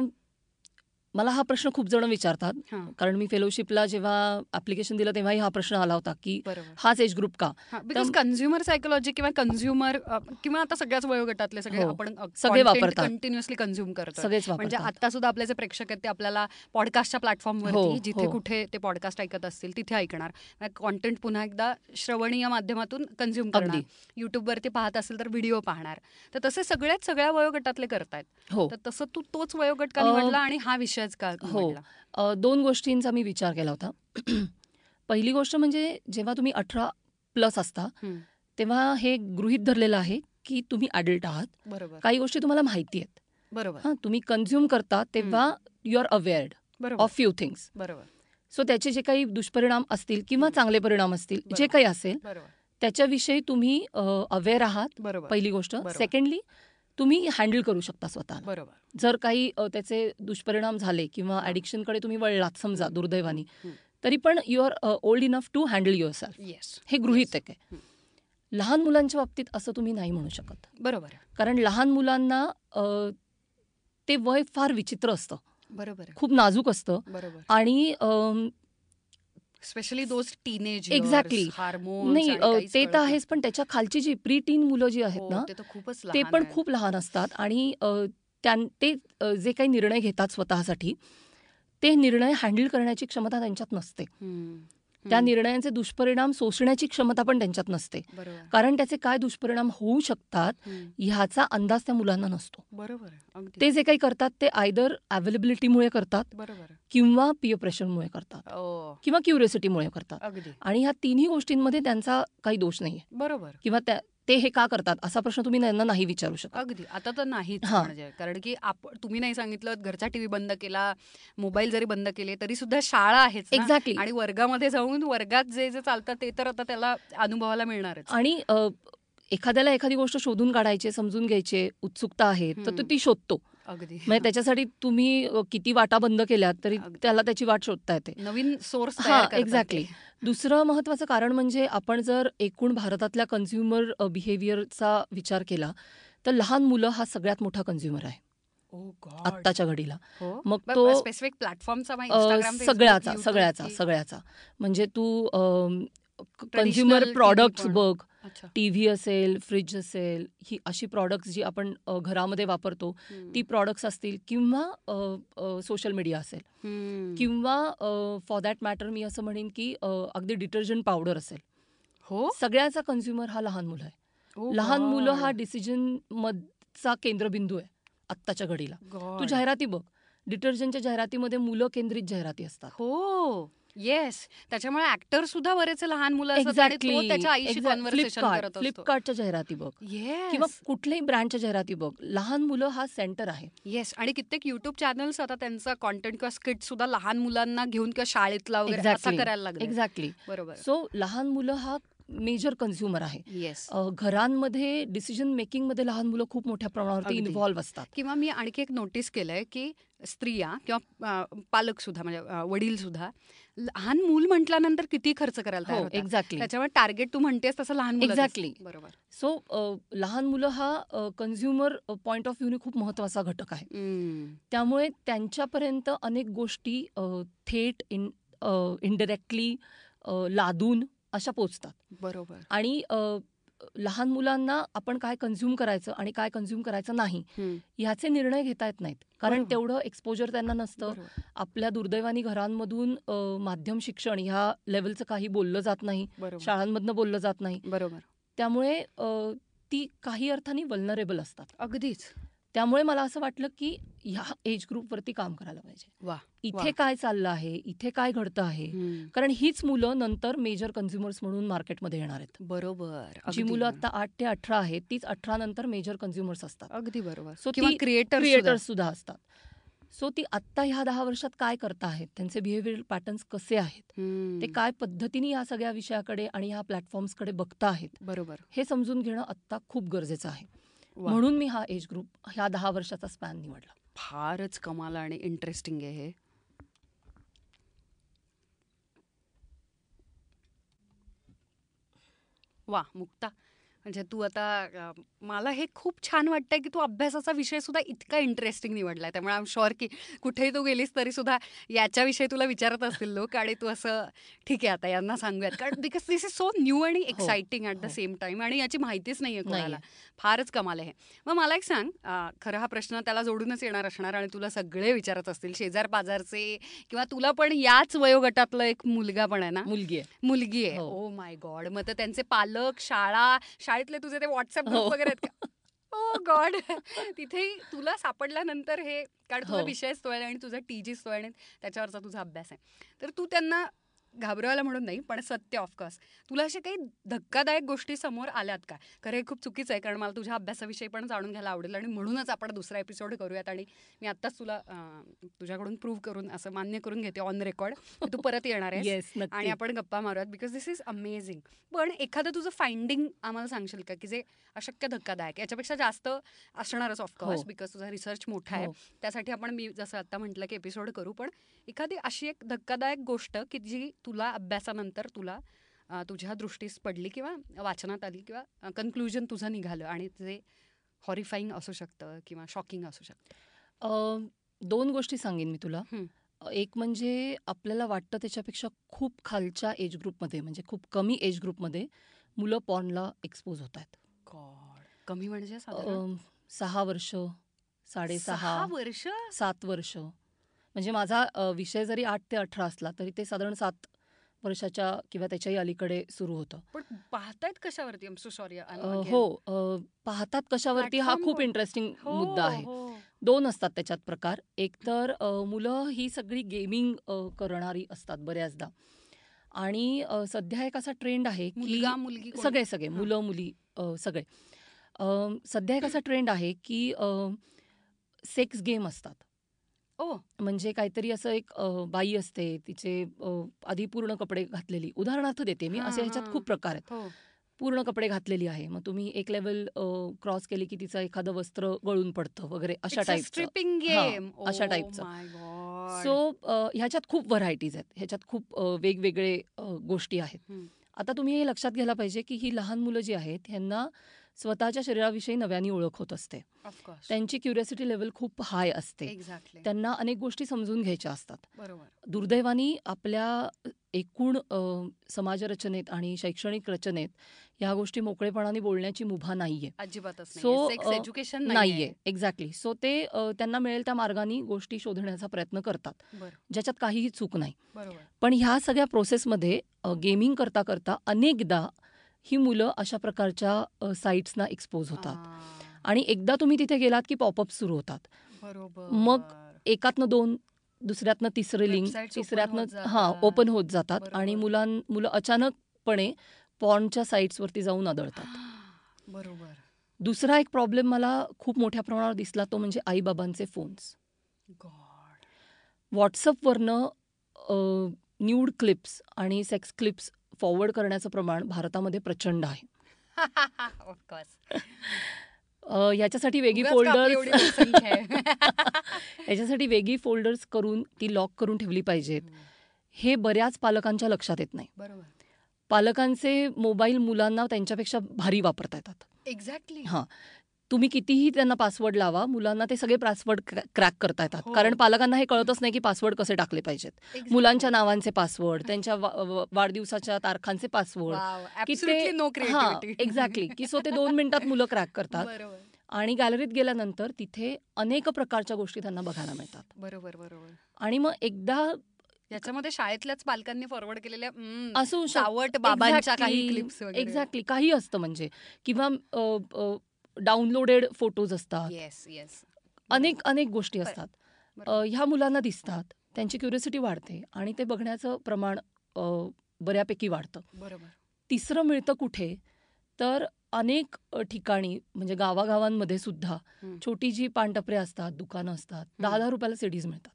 S2: मला हा प्रश्न खूप जण विचारतात
S1: हां
S2: कारण मी फेलोशिपला जेव्हा ऍप्लिकेशन दिलं तेव्हाही हा प्रश्न आला होता की
S1: बरोबर
S2: हाच एज ग्रुप का
S1: बिकॉज कन्झ्युमर सायकोलॉजी किंवा कन्झ्युमर किंवा आता सगळ्याच वयोगटातले सगळे
S2: हो.
S1: आपण
S2: सगळे वापरतात.
S1: कंटिन्युअसली कन्झ्युम करतो
S2: सगळेच
S1: म्हणजे
S2: वापरतात
S1: आता सुद्धा आपले जे प्रेक्षक आहेत ते आपल्याला पॉडकास्टच्या
S2: हो,
S1: प्लॅटफॉर्मवरती जिथे
S2: हो.
S1: कुठे ते पॉडकास्ट ऐकत असतील तिथे ऐकणार कॉन्टेंट पुन्हा एकदा श्रवणीय माध्यमातून कन्झ्युम करणार
S2: अगदी
S1: युट्यूबवरती पाहत असेल तर व्हिडिओ पाहणार तर तसे सगळ्याच सगळ्या वयोगटातले करतायत
S2: हो
S1: तर तसं तू तोच वयोगट का
S2: अं,
S1: निवडला आणि हा विषयच का
S2: हो.
S1: निवडला
S2: अ, दोन गोष्टींचा मी विचार केला होता पहिली गोष्ट म्हणजे जेव्हा तुम्ही अठरा प्लस असता
S1: हं.
S2: तेव्हा हे गृहित धरलेलं आहे की तुम्ही ॲडल्ट आहात
S1: बरोबर
S2: काही गोष्टी तुम्हाला माहिती आहेत
S1: बरोबर
S2: हां तुम्ही कन्झ्युम करता तेव्हा यू आर अवेअर्ड
S1: बरोबर
S2: ऑफ फ्यू थिंग्स
S1: बरोबर
S2: सो त्याचे जे काही दुष्परिणाम असतील किंवा
S1: हं.
S2: चांगले परिणाम असतील जे
S1: बरोबर.
S2: काही असेल
S1: बरोबर
S2: त्याच्याविषयी तुम्ही अवेअर आहात
S1: बरोबर
S2: पहिली गोष्ट
S1: बरोबर.
S2: सेकंडली तुम्ही हँडल करू शकता स्वतःला
S1: बरोबर
S2: जर काही अ, त्याचे दुष्परिणाम झाले किंवा
S1: हा.
S2: ॲडिक्शनकडे तुम्ही वळलात समजा
S1: हं.
S2: दुर्दैवानी
S1: हं.
S2: तरी पण you are old enough to handle your self
S1: yes
S2: हे गृहितक आहे
S1: हं.
S2: लहान मुलांच्या बाबतीत असं तुम्ही नाही म्हणू शकत
S1: बरोबर
S2: कारण लहान मुलांना अ, ते वय फार विचित्र असतं
S1: बरोबर
S2: खूप नाजूक असतं
S1: बरोबर
S2: आणि अम,
S1: specially those teenage
S2: Exactly.
S1: Hormone
S2: नाही अ, ते तर आहेच पण त्याच्या खालची जी प्री टीन मुलं जी आहेत ना
S1: हो, ते तर खूपच
S2: ते
S1: लहान
S2: पण
S1: आहेत.
S2: खूप लहान असतात आणि अ, त्यां ते अ, जे काही निर्णय घेतात स्वतःसाठी ते निर्णय हँडल करण्याची क्षमता त्यांच्यात नसते
S1: हम्म.
S2: त्या निर्णयांचे दुष्परिणाम सोसण्याची क्षमता पण त्यांच्यात नसते
S1: बरोबर
S2: कारण त्याचे काय दुष्परिणाम होऊ शकतात ह्याचा अंदाज त्या मुलांना नसतो
S1: बरोबर अगदी
S2: ते जे काही करतात ते आयदर अवेलेबिलिटीमुळे करतात
S1: बरोबर
S2: किंवा पिय प्रेशरमुळे करतात
S1: ओ
S2: किंवा क्युरियोसिटीमुळे करतात
S1: हो. अगदी
S2: आणि ह्या तिन्ही गोष्टींमध्ये त्यांचा काही दोष नाही
S1: बरोबर
S2: किंवा त्या- ते हे का करतात असा प्रश्न तुम्ही त्यांना नाही विचारू शकत
S1: अगदी आता तर नाहीच
S2: हा.
S1: म्हणजे कारण की आपण तुम्ही नाही सांगितलं घरचा टीव्ही बंद केला मोबाईल जरी बंद केले तरी सुद्धा शाळा आहेच ना.
S2: एक्झॅक्टली
S1: आणि वर्गामध्ये जाऊन वर्गात जे जे चालतं ते तर आता त्याला अनुभवाला मिळणारच
S2: आणि अ, एखाद्याला एखादी गोष्ट शोधून काढायची समजून घ्यायची उत्सुकता आहे तर तो
S1: हम्म.
S2: ती शोधतो
S1: अगदी
S2: म्हणजे त्याच्यासाठी तुम्ही अ, किती वाटा बंद केल्यात तरी
S1: अगदी.
S2: त्याला त्याची वाट शोधता येते
S1: नवीन सोर्स
S2: हा एक्झॅक्टली दुसरं महत्वाचं कारण म्हणजे आपण जर एकूण भारतातल्या कन्झ्युमर बिहेवियरचा विचार केला तर लहान मुलं हा सगळ्यात मोठा कन्झ्युमर आहे
S1: Oh
S2: आत्ताच्या घडीला
S1: हो.
S2: मग तो,
S1: स्पेसिफिक प्लॅटफॉर्मचा
S2: अ, सगळ्याचा सगळ्याचा सगळ्याचा म्हणजे तू कन्झ्युमर
S1: Traditional
S2: प्रॉडक्ट्स
S1: TV
S2: बघ
S1: सगळ्या
S2: टी व्ही असेल फ्रीज असेल ही अशी प्रॉडक्ट्स जी आपण अ, घरामध्ये वापरतो ती प्रॉडक्ट्स असतील किंवा सोशल मीडिया असेल किंवा फॉर दॅट मॅटर मी असं म्हणेन की अ, अगदी डिटर्जंट पावडर असेल
S1: हो
S2: सगळ्याचा कन्झ्युमर हा लहान मुलं आहे
S1: Oh
S2: लहान मुलं हा
S1: God.
S2: डिसिजन मधचा केंद्रबिंदू आहे आत्ताच्या घडीला तू
S1: God.
S2: जाहिराती बघ डिटर्जंटच्या जाहिरातीमध्ये मुलं केंद्रित जाहिराती असतात
S1: हो येस त्याच्यामुळे ऍक्टर सुद्धा बरेच लहान मुलं असतात आणि तो त्याच्या आईशी कॉन्व्हर्सेशन करत असतो
S2: फ्लिपकार्टच्या जाहिराती बघ किंवा
S1: येस
S2: कुठल्याही ब्रँडच्या जाहिराती बघ लहान मुलं हा सेंटर आहे
S1: येस आणि कित्येक युट्यूब चॅनल्स आता त्यांचा कॉन्टेंट किंवा स्किट सुद्धा लहान मुलांना घेऊन किंवा शाळेतला वगैरे असं
S2: Exactly.
S1: करायला लागले
S2: एक्झॅक्टली
S1: बरोबर
S2: सो लहान मुलं हा मेजर कन्झ्युमर आहे
S1: येस
S2: अ, घरांमध्ये डिसिजन मेकिंग मध्ये लहान मुलं खूप मोठ्या प्रमाणावरती
S1: अगदी.
S2: इन्व्हॉल्व्ह असतात
S1: किंवा मी आणखी एक नोटीस केलंय की स्त्रिया किंवा पालक सुद्धा म्हणजे वडील सुद्धा लहान मूल म्हटल्यानंतर किती खर्च करायला तयार
S2: हो
S1: होतात.
S2: एक्झॅक्टली
S1: त्याच्यामुळे टार्गेट तू म्हणतेस तसं लहान मुलं
S2: Exactly.
S1: बरोबर
S2: सो लहान मुलं हा कन्झ्युमर पॉईंट ऑफ व्ह्यूने खूप महत्वाचा घटक आहे त्यामुळे त्यांच्यापर्यंत अनेक गोष्टी अ, थेट इन इनडिरेक्टली लादून अशा पोचतात
S1: बरोबर
S2: आणि अ, लहान मुलांना आपण काय कन्झ्युम करायचं आणि काय कन्झ्युम करायचं नाही ह्याचे निर्णय घेता येत नाहीत कारण
S1: बरोबर.
S2: तेवढं एक्सपोजर त्यांना नसतं
S1: बरोबर.
S2: आपल्या दुर्दैवानी घरांमधून अ, माध्यम शिक्षण ह्या लेवलचं काही बोललं जात नाही
S1: बरोबर
S2: शाळांमधनं बोललं जात नाही
S1: बरोबर
S2: त्यामुळे अ, ती काही अर्थाने वल्नरेबल असतात
S1: अगदीच
S2: त्यामुळे मला असं वाटलं की ह्या एज ग्रुपवरती काम करायला पाहिजे
S1: वा, वा.
S2: इथे काय चाललं आहे इथे काय घडतं आहे कारण हीच मुलं नंतर मेजर कन्झ्युमर्स म्हणून मार्केटमध्ये येणार आहेत
S1: बरोबर
S2: जी
S1: अगदी.
S2: मुलं आता आठ ते अठरा आहेत तीच अठरा नंतर मेजर कन्झ्युमर्स असतात
S1: अगदी बरोबर
S2: So
S1: किंवा
S2: ती
S1: क्रिएटर
S2: क्रिएटर्स सुद्धा असतात सो ती आत्ता ह्या दहा वर्षात काय करत आहेत त्यांचे बिहेव्हिअर पॅटर्न्स कसे आहेत ते काय पद्धतीने या सगळ्या विषयाकडे आणि ह्या प्लॅटफॉर्म्सकडे बघता आहेत
S1: बरोबर
S2: हे समजून घेणं आत्ता खूप गरजेचं आहे
S1: वा.
S2: म्हणून मी हा एज ग्रुप ह्या दहा वर्षाचा स्पॅन निवडला
S1: फारच कमाल आणि इंटरेस्टिंग आहे हे वा मुक्ता म्हणजे तू आता अ, मला हे खूप छान वाटतंय की तू अभ्यासाचा विषय सुद्धा इतका इंटरेस्टिंग निवडलाय त्यामुळे आय एम शुअर की कुठेही तू गेलीस तरी सुद्धा याच्याविषयी तुला विचारत असतील लोक आणि तू असं ठीक आहे आता यांना सांगूयात कारण because this is so new आणि एक्साइटिंग ॲट द
S2: हो.
S1: सेम टाइम आणि याची माहितीच नाही आहे
S2: नाहीये.
S1: कोणाला फारच कमाल आहे मग मला एक सांग अ, खरं हा प्रश्न त्याला जोडूनच येणार असणार आणि तुला सगळे विचारत असतील शेजार पाजारचे किंवा तुला पण याच वयोगटातलं एक मुलगा पण आहे ना
S2: मुलगी आहे
S1: मुलगी आहे
S2: हो.
S1: ओ माय गॉड मग तर त्यांचे पालक शाळा शाळेतले तुझे ते व्हॉट्सअप ग्रुप
S2: हो.
S1: वगैरे आहेत का ओ गॉड तिथेही तुला सापडल्यानंतर हे कारण तुझा
S2: हो.
S1: विषयच तो आहे आणि तुझा टीजीच तो आहे आणि त्याच्यावरचा तुझा अभ्यास आहे तर तू त्यांना घाबरवायला म्हणून नाही पण सत्य ऑफकोर्स तुला अशा काही धक्कादायक गोष्टी समोर आल्यात का खरं हे खूप चुकीचं आहे कारण मला तुझ्या अभ्यासाविषयी पण जाणून घ्यायला आवडेल आणि म्हणूनच आपण दुसरा एपिसोड करूयात आणि मी आत्ताच तुला अं, तुझ्याकडून प्रूव्ह करून असं मान्य करून घेते ऑन रेकॉर्ड तू परत येणार आहेस
S2: येस
S1: आणि
S2: नक्की
S1: आपण गप्पा मारूयात बिकॉज दिस इज अमेझिंग पण एखादं तुझं फाइंडिंग आम्हाला सांगशील का की जे अशक्य धक्कादायक याच्यापेक्षा जास्त असणारच ऑफकोर्स
S2: हो.
S1: बिकॉज तुझा रिसर्च मोठा आहे
S2: हो.
S1: त्यासाठी आपण मी जसं आता म्हटलं की एपिसोड करू पण एखादी अशी एक धक्कादायक गोष्ट की जी तुला अभ्यासानंतर तुला अं, तुझ्या दृष्टीस पडली किंवा वाचनात आली किंवा कन्क्लुजन तुझं निघालं आणि जे हॉरिफाईंग असू शकतं किंवा शॉकिंग असू शकतं
S2: अ, दोन गोष्टी सांगेन मी तुला
S1: हं.
S2: अ, एक म्हणजे आपल्याला वाटतं त्याच्यापेक्षा खूप खालच्या एज ग्रुपमध्ये म्हणजे खूप कमी एज ग्रुपमध्ये मुलं पॉनला एक्सपोज होत आहेत
S1: गॉड कमी म्हणजे साधारण
S2: अ, सहा वर्ष
S1: सहा
S2: साडेसहा
S1: वर्ष
S2: सात वर्ष म्हणजे माझा अ, विषय जरी आठ ते अठरा असला तरी ते साधारण सात वर्षाच्या किंवा त्याच्याही अलीकडे सुरू होतं
S1: पण पाहतायत कशावरती आय सो सॉरी
S2: अ, हो अ, पाहतात कशावरती हा
S1: Platform
S2: खूप
S1: वर.
S2: इंटरेस्टिंग
S1: हो,
S2: मुद्दा आहे दोन असतात त्याच्यात प्रकार एक तर अ, मुलं ही सगळी गेमिंग करणारी असतात बऱ्याचदा आणि अ, सध्या एक असा ट्रेंड आहे की
S1: मुलगा मुलगी कोण?
S2: सगळे सगळे
S1: हां.
S2: मुलं मुली अ, सगळे अ, सध्या एक असा ट्रेंड आहे की सेक्स गेम असतात
S1: ओ
S2: म्हणजे काहीतरी असं एक अ, बाई असते तिचे अ, आधी पूर्ण कपडे घातलेली उदाहरणार्थ देते मी
S1: हां,
S2: असे ह्याच्यात
S1: हां.
S2: खूप प्रकार आहेत
S1: हो
S2: पूर्ण कपडे घातलेली आहे मग तुम्ही एक लेवल क्रॉस केली की तिचं एखादं वस्त्र गळून पडतं वगैरे अशा टाईपचं
S1: स्ट्रिपिंग
S2: हां,
S1: गेम
S2: अशा typeचं. सो अ, ह्याच्यात खूप व्हरायटीज आहेत ह्याच्यात खूप अ, वेगवेगळे अ, गोष्टी आहेत
S1: हं.
S2: आता तुम्ही हे लक्षात घ्यायला पाहिजे की ही लहान मुलं जी आहेत ह्यांना स्वतःच्या शरीराविषयी नव्याने ओळख होत असते त्यांची क्युरियोसिटी लेवल खूप हाय असते
S1: एक्झॅक्टली
S2: त्यांना अनेक गोष्टी समजून घ्यायच्या असतात
S1: बरोबर
S2: दुर्दैवानी आपल्या एकूण अ, समाजरचनेत आणि शैक्षणिक रचनेत ह्या गोष्टी मोकळेपणाने बोलण्याची मुभा नाहीये
S1: अजिबातच
S2: So,
S1: नाही सेक्स
S2: अ,
S1: एज्युकेशन
S2: नाहीये एक्झॅक्टली सो ते अ, त्यांना मिळेल त्या मार्गाने गोष्टी शोधण्याचा प्रयत्न करतात
S1: बरं.
S2: ज्याच्यात काहीही चूक नाही
S1: बरोबर
S2: पण ह्या सगळ्या प्रोसेसमध्ये गेमिंग करता करता अनेकदा ही मुलं अशा प्रकारच्या अ, साईट्सना एक्सपोज होतात
S1: आ,
S2: आणि एकदा तुम्ही तिथे गेलात की पॉपअप सुरू होतात
S1: बरोबर
S2: मग एकातनं दोन दुसऱ्यातनं तिसरे लिंक
S1: Websites open होत
S2: तिसऱ्यातनं
S1: जातात.
S2: हां ओपन होत जातात
S1: बरोबर.
S2: आणि मुलां मुलं अचानकपणे पॉर्नच्या साईट्सवरती जाऊन आदळतात
S1: बरोबर
S2: दुसरा एक प्रॉब्लेम मला खूप मोठ्या प्रमाणावर दिसला तो म्हणजे आईबाबांचे फोन्स
S1: गॉड
S2: व्हॉट्सअपवरनं अ, न्यूड क्लिप्स आणि सेक्स क्लिप्स फॉरवर्ड करण्याचं प्रमाण भारतामध्ये प्रचंड आहे
S1: ऑफकोर्स
S2: अ, याच्यासाठी वेगळी फोल्डर्स
S1: फोल्डर्स
S2: याच्यासाठी वेगळी फोल्डर्स करून ती लॉक करून ठेवली पाहिजेत हे बऱ्याच पालकांच्या लक्षात येत नाही
S1: बरोबर
S2: पालकांचे मोबाईल मुलांना त्यांच्यापेक्षा भारी वापरता येतात
S1: एक्झॅक्टली
S2: हा. तुम्ही कितीही त्यांना पासवर्ड लावा मुलांना ते सगळे पासवर्ड क्रॅक करता येतात
S1: हो.
S2: कारण पालकांना हे कळतच नाही की पासवर्ड कसे टाकले पाहिजेत मुलांच्या नावांचे पासवर्ड त्यांच्या वा- वा- वाढदिवसाच्या तारखांचे पासवर्ड की ते-
S1: नो
S2: हा
S1: क्रिएटिव्हिटी
S2: एक्झॅक्टली की सो ते दोन मिनिटात मुलं क्रॅक करतात
S1: बरोबर
S2: आणि गॅलरीत गेल्यानंतर तिथे अनेक प्रकारच्या गोष्टी त्यांना बघायला मिळतात
S1: बरोबर बरोबर
S2: आणि मग एकदा
S1: याच्यामध्ये शाळेतल्याच पालकांनी फॉरवर्ड केलेल्या हम्म,
S2: असू शक-
S1: सावट बाबांच्या काही
S2: Exactly.
S1: क्लिप्स वगैरे
S2: एक्झॅक्टली काही असतं म्हणजे किंवा डाउनलोडेड फोटोज असतात
S1: येस येस
S2: अनेक अनेक गोष्टी
S1: बरं.
S2: असतात
S1: बरं.
S2: अ, ह्या मुलांना दिसतात त्यांची क्युरियोसिटी वाढते आणि ते बघण्याचं प्रमाण अ, बऱ्यापैकी वाढतं
S1: बरोबर
S2: तिसरं मिळतं कुठे तर अनेक अ, ठिकाणी म्हणजे गावागावांमध्ये सुद्धा
S1: हं.
S2: छोटी जी पानटपरे असतात दुकानं असतात दहा दहा रुपयाला सीडीज मिळतात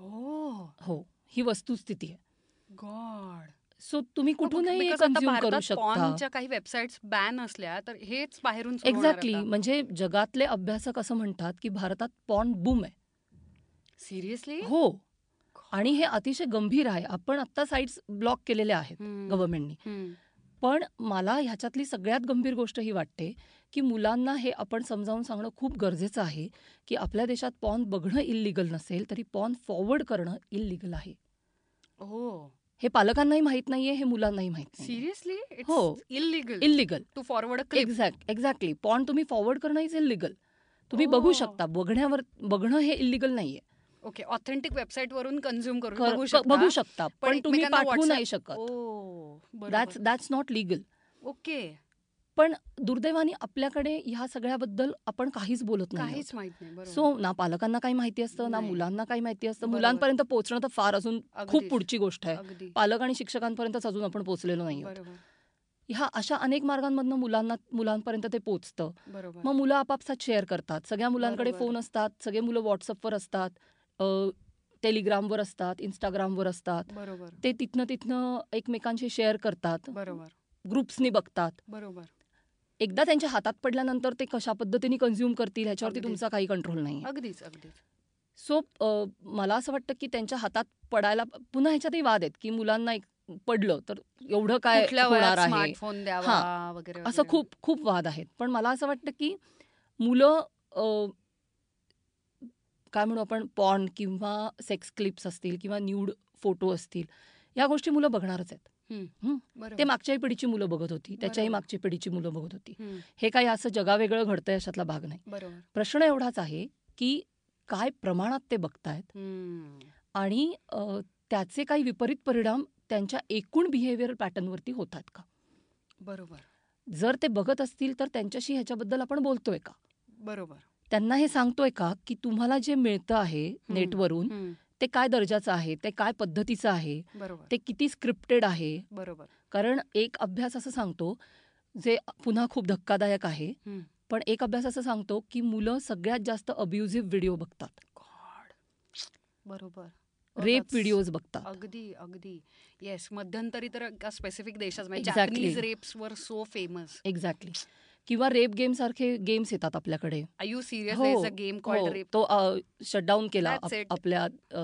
S1: हो
S2: हो ही वस्तुस्थिती आहे
S1: गॉड
S2: सो तुम्ही
S1: हो,
S2: कुठूनही कन्झ्युम करू शकता
S1: पॉनच्या काही वेबसाईट्स बॅन असल्या तर हेच बाहेरून सुरू होणार
S2: एक्झॅक्टली म्हणजे जगातले अभ्यासक असं म्हणतात की भारतात पॉन बूम आहे
S1: आता. सिरियसली
S2: हो आणि हे अतिशय गंभीर आहे आपण आत्ता साईट्स ब्लॉक केलेल्या आहेत
S1: हम्म.
S2: गव्हर्नमेंटनी
S1: हम्म.
S2: पण मला ह्याच्यातली सगळ्यात गंभीर गोष्ट ही वाटते की मुलांना हे आपण समजावून सांगणं खूप गरजेचं आहे की आपल्या देशात पॉन बघणं इल्लीगल नसेल तरी पॉन फॉरवर्ड करणं इल्लीगल आहे
S1: हो
S2: हे पालकांनाही माहीत नाहीये हे मुलांनाही माहीत नाही
S1: सिरियसली
S2: हो.
S1: It's illegal
S2: illegal
S1: to forward clip
S2: exact exactly porn तुम्ही फॉरवर्ड करणं इज इल्लीगल तुम्ही
S1: Oh.
S2: बघू शकता बघण्यावर बघणं हे इल्लीगल नाहीये
S1: ओके ऑथेंटिक वेबसाईट वरून कन्झ्युम करू
S2: कर-
S1: बघू
S2: क-
S1: शकता Oh,
S2: बघू शकता पण तुम्ही
S1: एकमेकांना
S2: पाठवू
S1: WhatsApp- हो,
S2: नाही शकत
S1: ओ
S2: that's that's not legal
S1: okay
S2: पण दुर्दैवाने आपल्याकडे ह्या सगळ्याबद्दल आपण काहीच बोलत नाही
S1: काहीच माहित नाही बरोबर
S2: सो ना पालकांना काही माहिती असतं ना
S1: नाही.
S2: मुलांना काही माहिती असतं
S1: बरोबर.
S2: मुलांपर्यंत पोहोचणं तर फार अजून खूप
S1: अगदीच.
S2: पुढची गोष्ट आहे
S1: अगदी
S2: पालक आणि शिक्षकांपर्यंतच अजून आपण पोहोचलेलो नाही आहोत.
S1: बरोबर
S2: ह्या अशा अनेक मार्गांमधनं मुलांना मुलांपर्यंत ते पोहोचतं
S1: बरोबर
S2: मग मुलं आपापसात शेअर करतात सगळ्या मुलांकडे
S1: बरोबर.
S2: फोन असतात सगळे मुलं व्हॉट्सअपवर असतात अ, टेलिग्रामवर असतात इंस्टाग्रामवर असतात
S1: बरोबर
S2: ते तिथनं तिथनं एकमेकांशी शेअर करतात
S1: बरोबर
S2: ग्रुप्सनी बघतात
S1: बरोबर
S2: एकदा त्यांच्या हातात पडल्यानंतर ते कशा पद्धतीने कन्झ्युम करतील ह्याच्यावरती
S1: अगदी.
S2: तुमचा काही कंट्रोल नाही
S1: अगदीच अगदीच
S2: सो अ, मला असं वाटतं की त्यांच्या हातात पडायला पुन्हा ह्याच्यातही वाद आहेत की मुलांना एक पडलं तर एवढं काय
S1: कुठल्या
S2: होणार
S1: वयात
S2: आहे
S1: स्मार्टफोन द्यावा
S2: हां.
S1: वगैरे
S2: असं
S1: वगैरे.
S2: खूप खूप वाद आहेत पण मला असं वाटतं की मुलं अ, काय म्हणू आपण पॉन किंवा सेक्स क्लिप्स असतील किंवा न्यूड फोटो असतील या गोष्टी मुलं बघणारच आहेत
S1: हम्म.
S2: हं.
S1: बरोबर.
S2: ते मागच्याही पिढीची मुलं बघत होती त्याच्याही
S1: बरोबर.
S2: मागची पिढीची मुलं बघत होती
S1: हम्म.
S2: हे काही असं जगावेगळं घडतं याच्यातला भाग नाही
S1: बरोबर
S2: प्रश्न एवढाच आहे की काय प्रमाणात ते बघतायत
S1: हम्म.
S2: आणि अ, त्याचे काही विपरीत परिणाम त्यांच्या एकूण बिहेवियर पॅटर्नवरती होतात का
S1: बरोबर
S2: जर ते बघत असतील तर त्यांच्याशी ह्याच्याबद्दल आपण बोलतोय का
S1: बरोबर
S2: त्यांना हे सांगतोय का की तुम्हाला जे मिळतं आहे नेटवरून
S1: हम्म,
S2: ते काय दर्जाचं आहे ते काय पद्धतीचं आहे
S1: बरोबर
S2: ते किती स्क्रिप्टेड आहे
S1: बरोबर
S2: कारण एक अभ्यास असं सांगतो जे पुन्हा खूप धक्कादायक आहे
S1: हम्म.
S2: पण एक अभ्यास असं सांगतो की मुलं सगळ्यात जास्त अब्युझिव्ह व्हिडिओ बघतात
S1: गॉड बरोबर
S2: रेप
S1: हो, That's-
S2: व्हिडिओज बघतात
S1: अगदी अगदी येस मध्यंतरी तर एका स्पेसिफिक देशात म्हणजे
S2: Exactly.
S1: जॅपनीज रेप्स वर सो फेमस
S2: एक्झॅक्टली किंवा रेप गेम सारखे गेम्स येतात आपल्याकडे
S1: आय यू सिरियस
S2: हो,
S1: इज अ गेम कॉल्ड
S2: हो,
S1: रेप
S2: तो शटडाऊन केला
S1: That's
S2: आप-
S1: it.
S2: आपल्या अ,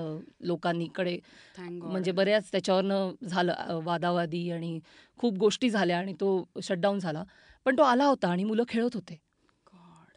S2: लोकांनीकडे
S1: थँक
S2: म्हणजे बऱ्याच त्याच्यावरनं झालं अ, वादावादी आणि खूप गोष्टी झाल्या आणि तो शटडाऊन झाला पण तो आला होता आणि मुलं खेळत होते
S1: गॉड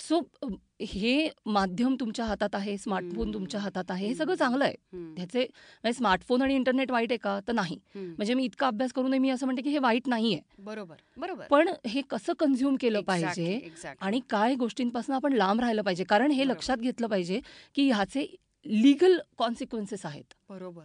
S2: सो अ, हे माध्यम तुमच्या हातात आहे स्मार्टफोन
S1: हम्म.
S2: तुमच्या हातात आहे हे
S1: हम्म.
S2: सगळं चांगलं आहे ह्याचे म्हणजे स्मार्टफोन आणि इंटरनेट वाईट आहे का तर नाही म्हणजे मी इतका अभ्यास करून मी असं म्हणते की हे वाईट नाहीये
S1: बरोबर बरोबर
S2: पण हे कसं कन्झ्युम केलं पाहिजे
S1: एक्झॅक्ट
S2: आणि काय गोष्टींपासून आपण लांब राहिलं पाहिजे कारण हे
S1: बरोबर.
S2: लक्षात घेतलं पाहिजे की ह्याचे लिगल कॉन्सिक्वेन्सेस आहेत
S1: बरोबर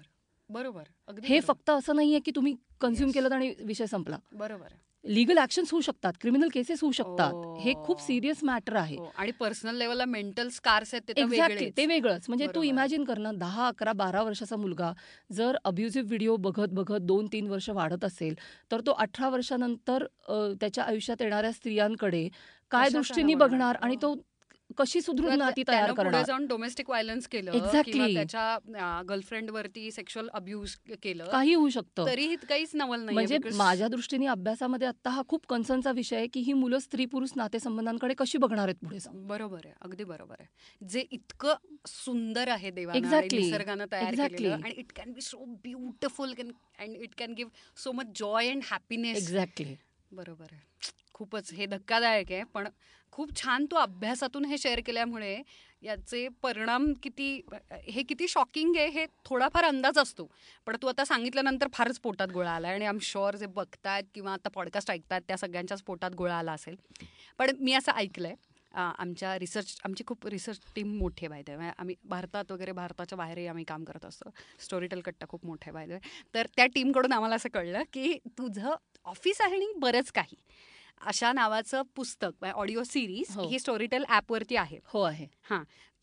S1: बरोबर अगदी
S2: हे
S1: बरोबर.
S2: फक्त असं नाहीये की तुम्ही कन्झ्युम
S1: Yes.
S2: केलं आणि विषय संपला
S1: बरोबर
S2: लिगल ऍक्शन्स होऊ शकतात क्रिमिनल केसेस होऊ शकतात हे खूप
S1: Oh.
S2: सिरियस मॅटर आहे
S1: हो, आणि पर्सनल लेवलला मेंटल स्कार्स आहेत ते तर
S2: एक्झॅक्टली ते
S1: वेगळेच.
S2: वेगळंच म्हणजे तू
S1: बरोबर.
S2: इमॅजिन कर ना दहा अकरा बारा वर्षाचा मुलगा जर अब्युझिव्ह व्हिडिओ बघत बघत दोन तीन वर्ष वाढत असेल तर तो अठरा वर्षानंतर अ, त्याच्या आयुष्यात येणाऱ्या स्त्रियांकडे काय
S1: कशाचा
S2: दृष्टीने
S1: बघणार?
S2: बघणार आणि
S1: हो.
S2: तो कशी सुदृढ
S1: किंवा
S2: नाती
S1: त्या-
S2: तयार
S1: त्यानं पुढे
S2: करणार
S1: जाऊन डोमेस्टिक व्हायलन्स केलं
S2: Exactly.
S1: किंवा त्याच्या गर्लफ्रेंड वरती सेक्शुअल अब्युज केलं
S2: काही होऊ शकतं
S1: तरीही काहीच नवल नाही
S2: म्हणजे माझ्या दृष्टीने अभ्यासामध्ये आता हा खूप कन्सर्नचा विषय आहे की ही मुलं स्त्री पुरुष नातेसंबंधांकडे कशी बघणार आहेत पुढे जाऊन
S1: बरोबर आहे अगदी बरोबर आहे जे इतकं सुंदर आहे देवानं आणि
S2: Exactly.
S1: निसर्गानं तयार
S2: Exactly.
S1: केलेलं आणि it can be so beautiful and it can give so much joy and happiness
S2: exactly
S1: बरोबर आहे खूपच हे धक्कादायक आहे पण खूप छान तो अभ्यासातून हे शेअर केल्यामुळे याचे परिणाम किती हे किती शॉकिंग आहे हे थोडाफार अंदाज असतो पण तू आता सांगितल्यानंतर फारच पोटात गोळा आला आणि आम शुअर जे बघतायत किंवा आता पॉडकास्ट ऐकतात त्या सगळ्यांच्याच पोटात गोळा आला असेल पण मी असं ऐकलं आहे आमच्या रिसर्च आमची खूप रिसर्च टीम मोठी आहे बायदे आम्ही भारतात वगैरे भारताच्या बाहेरही आम्ही काम करत असतो स्टोरीटेल कट्टा खूप मोठा आहे बायदे तर त्या टीमकडून आम्हाला असं कळलं की तुझं ऑफिस आहे आणि बरंच काही अशा नावाचं पुस्तक ऑडिओ सिरीज
S2: हो.
S1: ही स्टोरीटेल ॲपवरती आहे
S2: हो आहे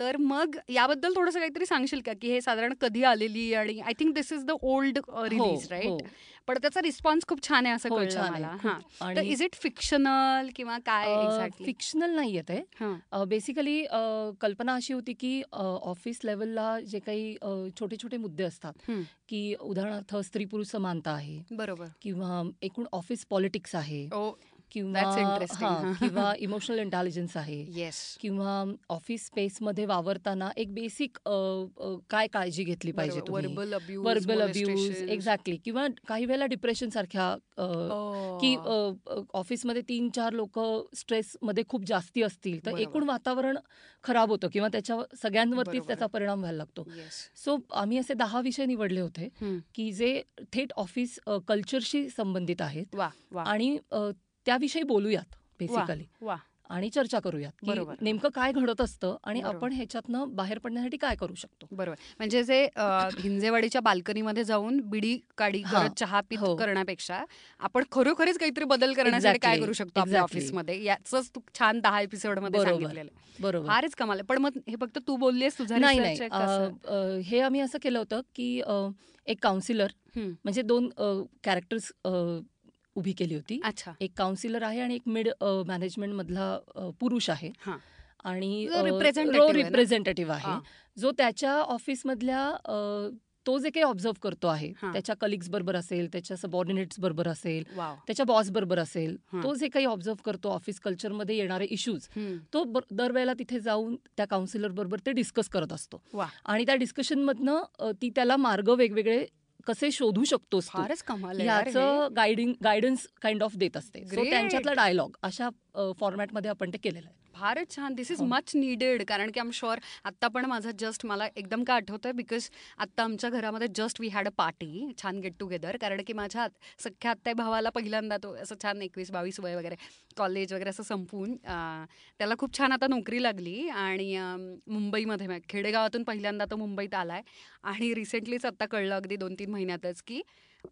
S1: तर मग याबद्दल थोडंसं काहीतरी सांगशील का की हे साधारण कधी आलेली आणि I think this is the old release
S2: हो,
S1: राईट
S2: हो,
S1: uh, पण त्याचा रिस्पॉन्स खूप छान आहे असं
S2: हो,
S1: कळलं
S2: छान आहे,
S1: मला
S2: खूप.
S1: हां तर
S2: आणि
S1: इज इट फिक्शनल किंवा काय एक्झॅक्टली
S2: फिक्शनल नाहीये ते
S1: हां
S2: बेसिकली कल्पना अशी होती की ऑफिस लेवलला जे काही छोटे छोटे मुद्दे असतात
S1: हम्म.
S2: की उदाहरणार्थ स्त्री पुरुष समानता आहे
S1: बरोबर
S2: किंवा एकूण ऑफिस पॉलिटिक्स आहे
S1: ओ
S2: किंवा
S1: that's interesting.
S2: हां, किंवा इमोशनल इंटेलिजन्स आहे
S1: येस
S2: किंवा ऑफिस स्पेसमध्ये वावरताना एक बेसिक काय काळजी घेतली पाहिजे तुम्ही
S1: verbal abuse
S2: verbal abuse exactly किंवा काही वेळेला डिप्रेशन सारख्या अ, की अ, अ, ऑफिसमध्ये तीन चार लोक स्ट्रेसमध्ये खूप जास्ती असतील तर
S1: बरोबर.
S2: एकूण वातावरण खराब होतं किंवा त्याच्या सगळ्यांवरतीच
S1: बरोबर.
S2: त्याचा परिणाम व्हायला लागतो
S1: येस
S2: सो आम्ही असे दहा विषय निवडले होते
S1: हम्म.
S2: की जे थेट ऑफिस अ, कल्चरशी संबंधित आहेत
S1: वा वा
S2: आणि अ, त्याविषयी बोलूयात बेसिकली
S1: वा
S2: आणि चर्चा करूयात की
S1: बरोबर.
S2: नेमकं काय घडत असतं आणि
S1: बरोबर.
S2: आपण ह्याच्यातनं बाहेर पडण्यासाठी काय करू शकतो
S1: बरोबर म्हणजे जे अ, भिंजेवाडीच्या बाल्कनीमध्ये जाऊन बिडी काडी
S2: हा,
S1: करत चहा पित
S2: हो.
S1: करण्यापेक्षा आपण खरोखरीच काहीतरी बदल करण्यासाठी काय
S2: Exactly,
S1: करू शकतो आपल्या
S2: exactly.
S1: ऑफिसमध्ये याच तू छान दहा एपिसोड मध्ये
S2: बरोबर.
S1: सांगितलेलं आहे.
S2: बरोबर
S1: फारच कमाल आहे. पण मग हे फक्त तू बोललीस तुझा
S2: नाही
S1: research आहे
S2: नाही
S1: का असं?
S2: अ, अ, हे आम्ही असं केलं होतं की अ, एक काउन्सिलर
S1: हम्म.
S2: म्हणजे दोन कॅरेक्टर्स उभी केली होती
S1: अच्छा
S2: एक काउन्सिलर आहे आणि एक मिड मॅनेजमेंट मधला अ, पुरुष आहे
S1: हा.
S2: आणि
S1: जो
S2: अ,
S1: representative
S2: जो
S1: आहे ना?
S2: रिप्रेझेंटेटिव्ह आहे
S1: हा.
S2: जो त्याच्या ऑफिसमधल्या अ, तो जे काही ऑब्झर्व करतो आहे
S1: हा.
S2: त्याच्या कलिग्स बरोबर असेल त्याच्या सबॉर्डिनेट्स बरोबर असेल
S1: वाव
S2: त्याच्या बॉस बरोबर असेल
S1: हा.
S2: तो जे काही ऑब्झर्व करतो ऑफिस कल्चरमध्ये येणारे इश्यूज
S1: हम्म.
S2: तो बर- दरवेळेला तिथे जाऊन त्या काउन्सिलर बरोबर ते डिस्कस करत असतो
S1: वा.
S2: आणि त्या डिस्कशन मधनं अ, ती त्याला मार्ग वेगवेगळे कसे शोधू शकतोस तू,
S1: फारच कमाल आहे यार हे.
S2: याचं गायडिंग गायडन्स काइंड ऑफ देत असते सो
S1: Great.
S2: त्यांच्यातला डायलॉग अशा फॉर्मॅटमध्ये आपण ते केलेलं आहे
S1: फारच छान दिस इज
S2: हो.
S1: मच निडेड कारण की आम शुअर आत्ता पण माझा जस्ट मला एकदम का आठवतंय बिकॉज आत्ता आमच्या घरामध्ये just we had a party छान गेट टुगेदर कारण की माझ्या आत- सख्ख्या आत्या भावाला पहिल्यांदा तो असं छान एकवीस बावीस वय वगैरे कॉलेज वगैरे असं संपवून अं, त्याला खूप छान आता नोकरी लागली आणि अं, मुंबईमध्ये म्हणजे खेडेगावातून पहिल्यांदा तो मुंबईत आला आहे आणि रिसेंटलीच आत्ता कळलं अगदी दोन तीन महिन्यातच की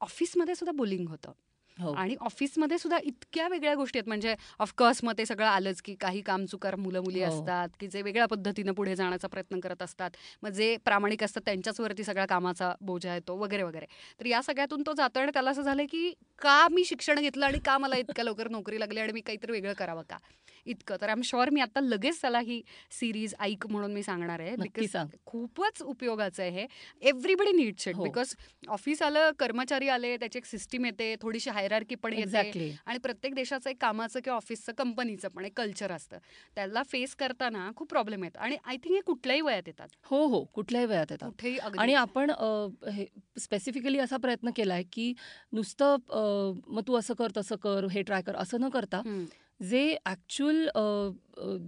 S1: ऑफिसमध्ये सुद्धा बुलिंग होतं
S2: हो
S1: आणि ऑफिसमध्ये सुद्धा इतक्या वेगळ्या गोष्टी आहेत म्हणजे ऑफकोर्स मग ते सगळं आलंच की काही कामचुकार मुलं मुली
S2: हो.
S1: असतात की जे वेगळ्या पद्धतीनं पुढे जाण्याचा प्रयत्न करत असतात मग जे प्रामाणिक असतात त्यांच्याचवरती सगळा कामाचा बोजा येतो वगैरे वगैरे तर या सगळ्यातून तो जातो आणि त्याला असं झालं की का मी शिक्षण घेतलं आणि का मला इतक्या लवकर नोकरी लागली आणि मी काहीतरी वेगळं करावं का इतकं तर आम शुअर मी आता लगेच त्याला ही सिरीज ऐक म्हणून मी सांगणार आहे
S2: नक्की
S1: बिकॉज
S2: सांग.
S1: खूपच उपयोगाचं आहे हे एव्हरीबडी नीड्स इट
S2: हो.
S1: बिकॉज ऑफिस आलं कर्मचारी आले त्याची एक सिस्टीम येते थोडीशी हायरार्की पण येते
S2: एक्झॅक्टली
S1: आणि प्रत्येक देशाचं एक कामाचं किंवा ऑफिसचं कंपनीचं पण एक कल्चर असतं त्याला फेस करताना खूप प्रॉब्लेम येतात आणि आय थिंक हे कुठल्याही वयात येतात
S2: हो हो कुठल्याही वयात येतात
S1: कुठेही
S2: आणि
S1: अगदी
S2: आपण अ, हे स्पेसिफिकली असा प्रयत्न केला आहे की नुसतं अ, मग तू असं कर तसं कर हे ट्राय कर असं न करता
S1: हम्म,
S2: जे ॲक्च्युअल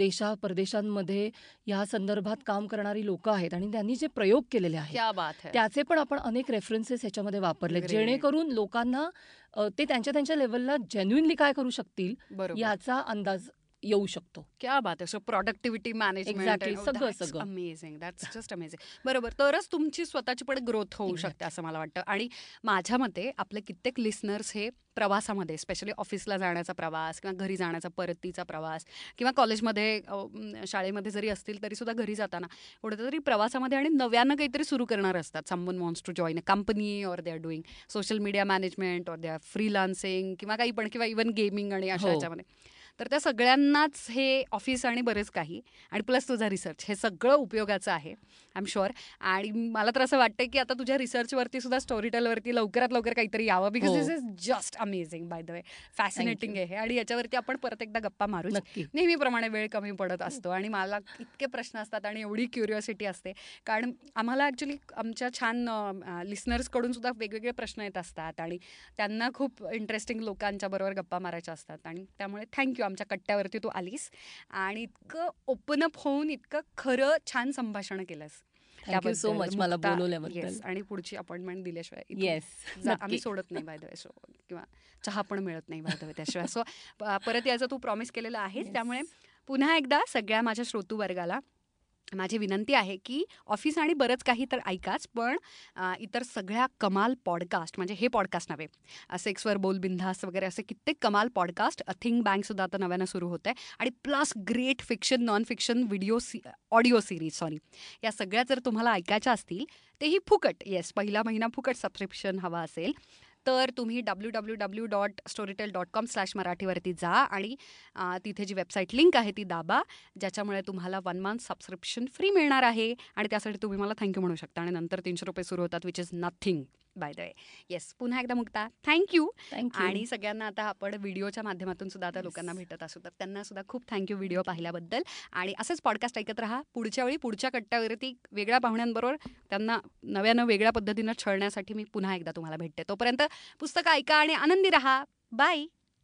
S2: देशा परदेशांमध्ये या संदर्भात काम करणारी लोक आहेत आणि त्यांनी जे प्रयोग केलेले आहेत
S1: क्या बात है
S2: त्याचे पण आपण अनेक रेफरन्सेस ह्याच्यामध्ये वापरले
S1: Great.
S2: जेणेकरून लोकांना अ, ते त्यांच्या त्यांच्या लेवलला जेन्युनली काय करू शकतील
S1: बरोबर
S2: याचा अंदाज येऊ शकतो
S1: क्या बात आहे सो प्रॉडक्टिव्हिटी
S2: Exactly,
S1: मॅनेजमेंट
S2: सगळं, सगळं.
S1: अमेझिंग दॅट्स जस्ट अमेझिंग बरोबर तरच तुमची स्वतःची पण ग्रोथ होऊ
S2: Exactly.
S1: शकते असं मला वाटतं आणि माझ्या मते आपले कित्येक लिस्नर्स हे प्रवासामध्ये स्पेशली ऑफिसला जाण्याचा प्रवास किंवा घरी जाण्याचा परतीचा प्रवास किंवा कॉलेजमध्ये अ, म, शाळेमध्ये जरी असतील तरी सुद्धा घरी जाताना कुठेतरी प्रवासामध्ये आणि नव्यानं काहीतरी सुरू करणार असतात someone wants to join a company or they are doing social media management or they are freelancing किंवा काही पण किंवा इवन गेमिंग आणि अशा
S2: हो.
S1: याच्यामध्ये तर त्या सगळ्यांनाच हे ऑफिस आणि बरेच काही आणि प्लस तुझा रिसर्च हे सगळं उपयोगाचं आहे आय एम शुअर आणि मला तर असं वाटतं की आता तुझ्या रिसर्चवरती सुद्धा स्टोरीटेलवरती लवकरात लवकर काहीतरी यावं बिकॉज
S2: हो.
S1: This is just amazing by the way fascinating आहे हे. आणि याच्यावरती आपण परत एकदा गप्पा मारू
S2: नक्की
S1: नेहमीप्रमाणे वेळ कमी पडत असतो आणि मला इतके प्रश्न असतात आणि एवढी क्युरिओसिटी असते कारण आम्हाला ॲक्च्युली आमच्या छान लिस्नर्सकडून सुद्धा वेगवेगळे प्रश्न येत असतात आणि त्यांना खूप इंटरेस्टिंग लोकांच्या बरोबर गप्पा मारायच्या असतात आणि त्यामुळे थँक्यू आमच्या कट्ट्यावरती तू आलीस आणि इतकं ओपन अप होऊन इतकं खरं छान संभाषण केलंस
S2: थँक्यू सो
S1: त्याबद्दल
S2: मच मला
S1: मुक्ता-
S2: बोलवल्याबद्दल
S1: येस आणि पुढची अपॉइंटमेंट दिल्याशिवाय इथून
S2: येस
S1: जा- आम्ही सोडत नाही बाय द वे सो किंवा चहा पण मिळत नाही बाय द वे त्याशिवाय सो प- परत याचा तू प्रॉमिस केलेला आहेस त्यामुळे पुन्हा एकदा सगळ्या माझ्या श्रोतूवर्गाला माझी विनंती आहे की ऑफिस आणि बरंच काही तर ऐकाच पण अ, इतर सगळ्या कमाल पॉडकास्ट म्हणजे हे पॉडकास्ट नव्हे अ, सेक्सवर बोल बिंधास वगैरे असे कित्येक कमाल पॉडकास्ट थिंक बँकसुद्धा आता नव्यानं सुरू होत आहे आणि plus great fiction non fiction video see audio series sorry या सगळ्या जर तुम्हाला ऐकायच्या असतील तेही फुकट येस पहिला महिना फुकट सबस्क्रिप्शन हवा असेल तर तुम्ही W W W dot Storytel dot com slash मराठीवरती जा आणि अ, तिथे जी वेबसाईट लिंक आहे ती दाबा ज्याच्यामुळे तुम्हाला वन मंथ सबस्क्रिप्शन फ्री मिळणार आहे आणि त्यासाठी तुम्ही मला थँक्यू म्हणू शकता आणि नंतर तीनशे रुपये सुरू होतात which is nothing by the way yes पुन्हा एकदा मुक्ता थँक्यू
S2: थँक्यू
S1: आणि सगळ्यांना आता आपण व्हिडिओच्या माध्यमातून सुद्धा आता
S2: Yes.
S1: लोकांना भेटत असू तर त्यांना सुद्धा खूप थँक्यू व्हिडिओ पाहिल्याबद्दल आणि असेच पॉडकास्ट ऐकत राहा पुढच्या वेळी पुढच्या कट्ट्यावरती वेगळ्या पाहुण्यांबरोबर त्यांना नव्यानं वेगळ्या पद्धतीनं छळण्यासाठी मी पुन्हा एकदा तुम्हाला भेटते तोपर्यंत पुस्तकं ऐका आणि आनंदी राहा बाय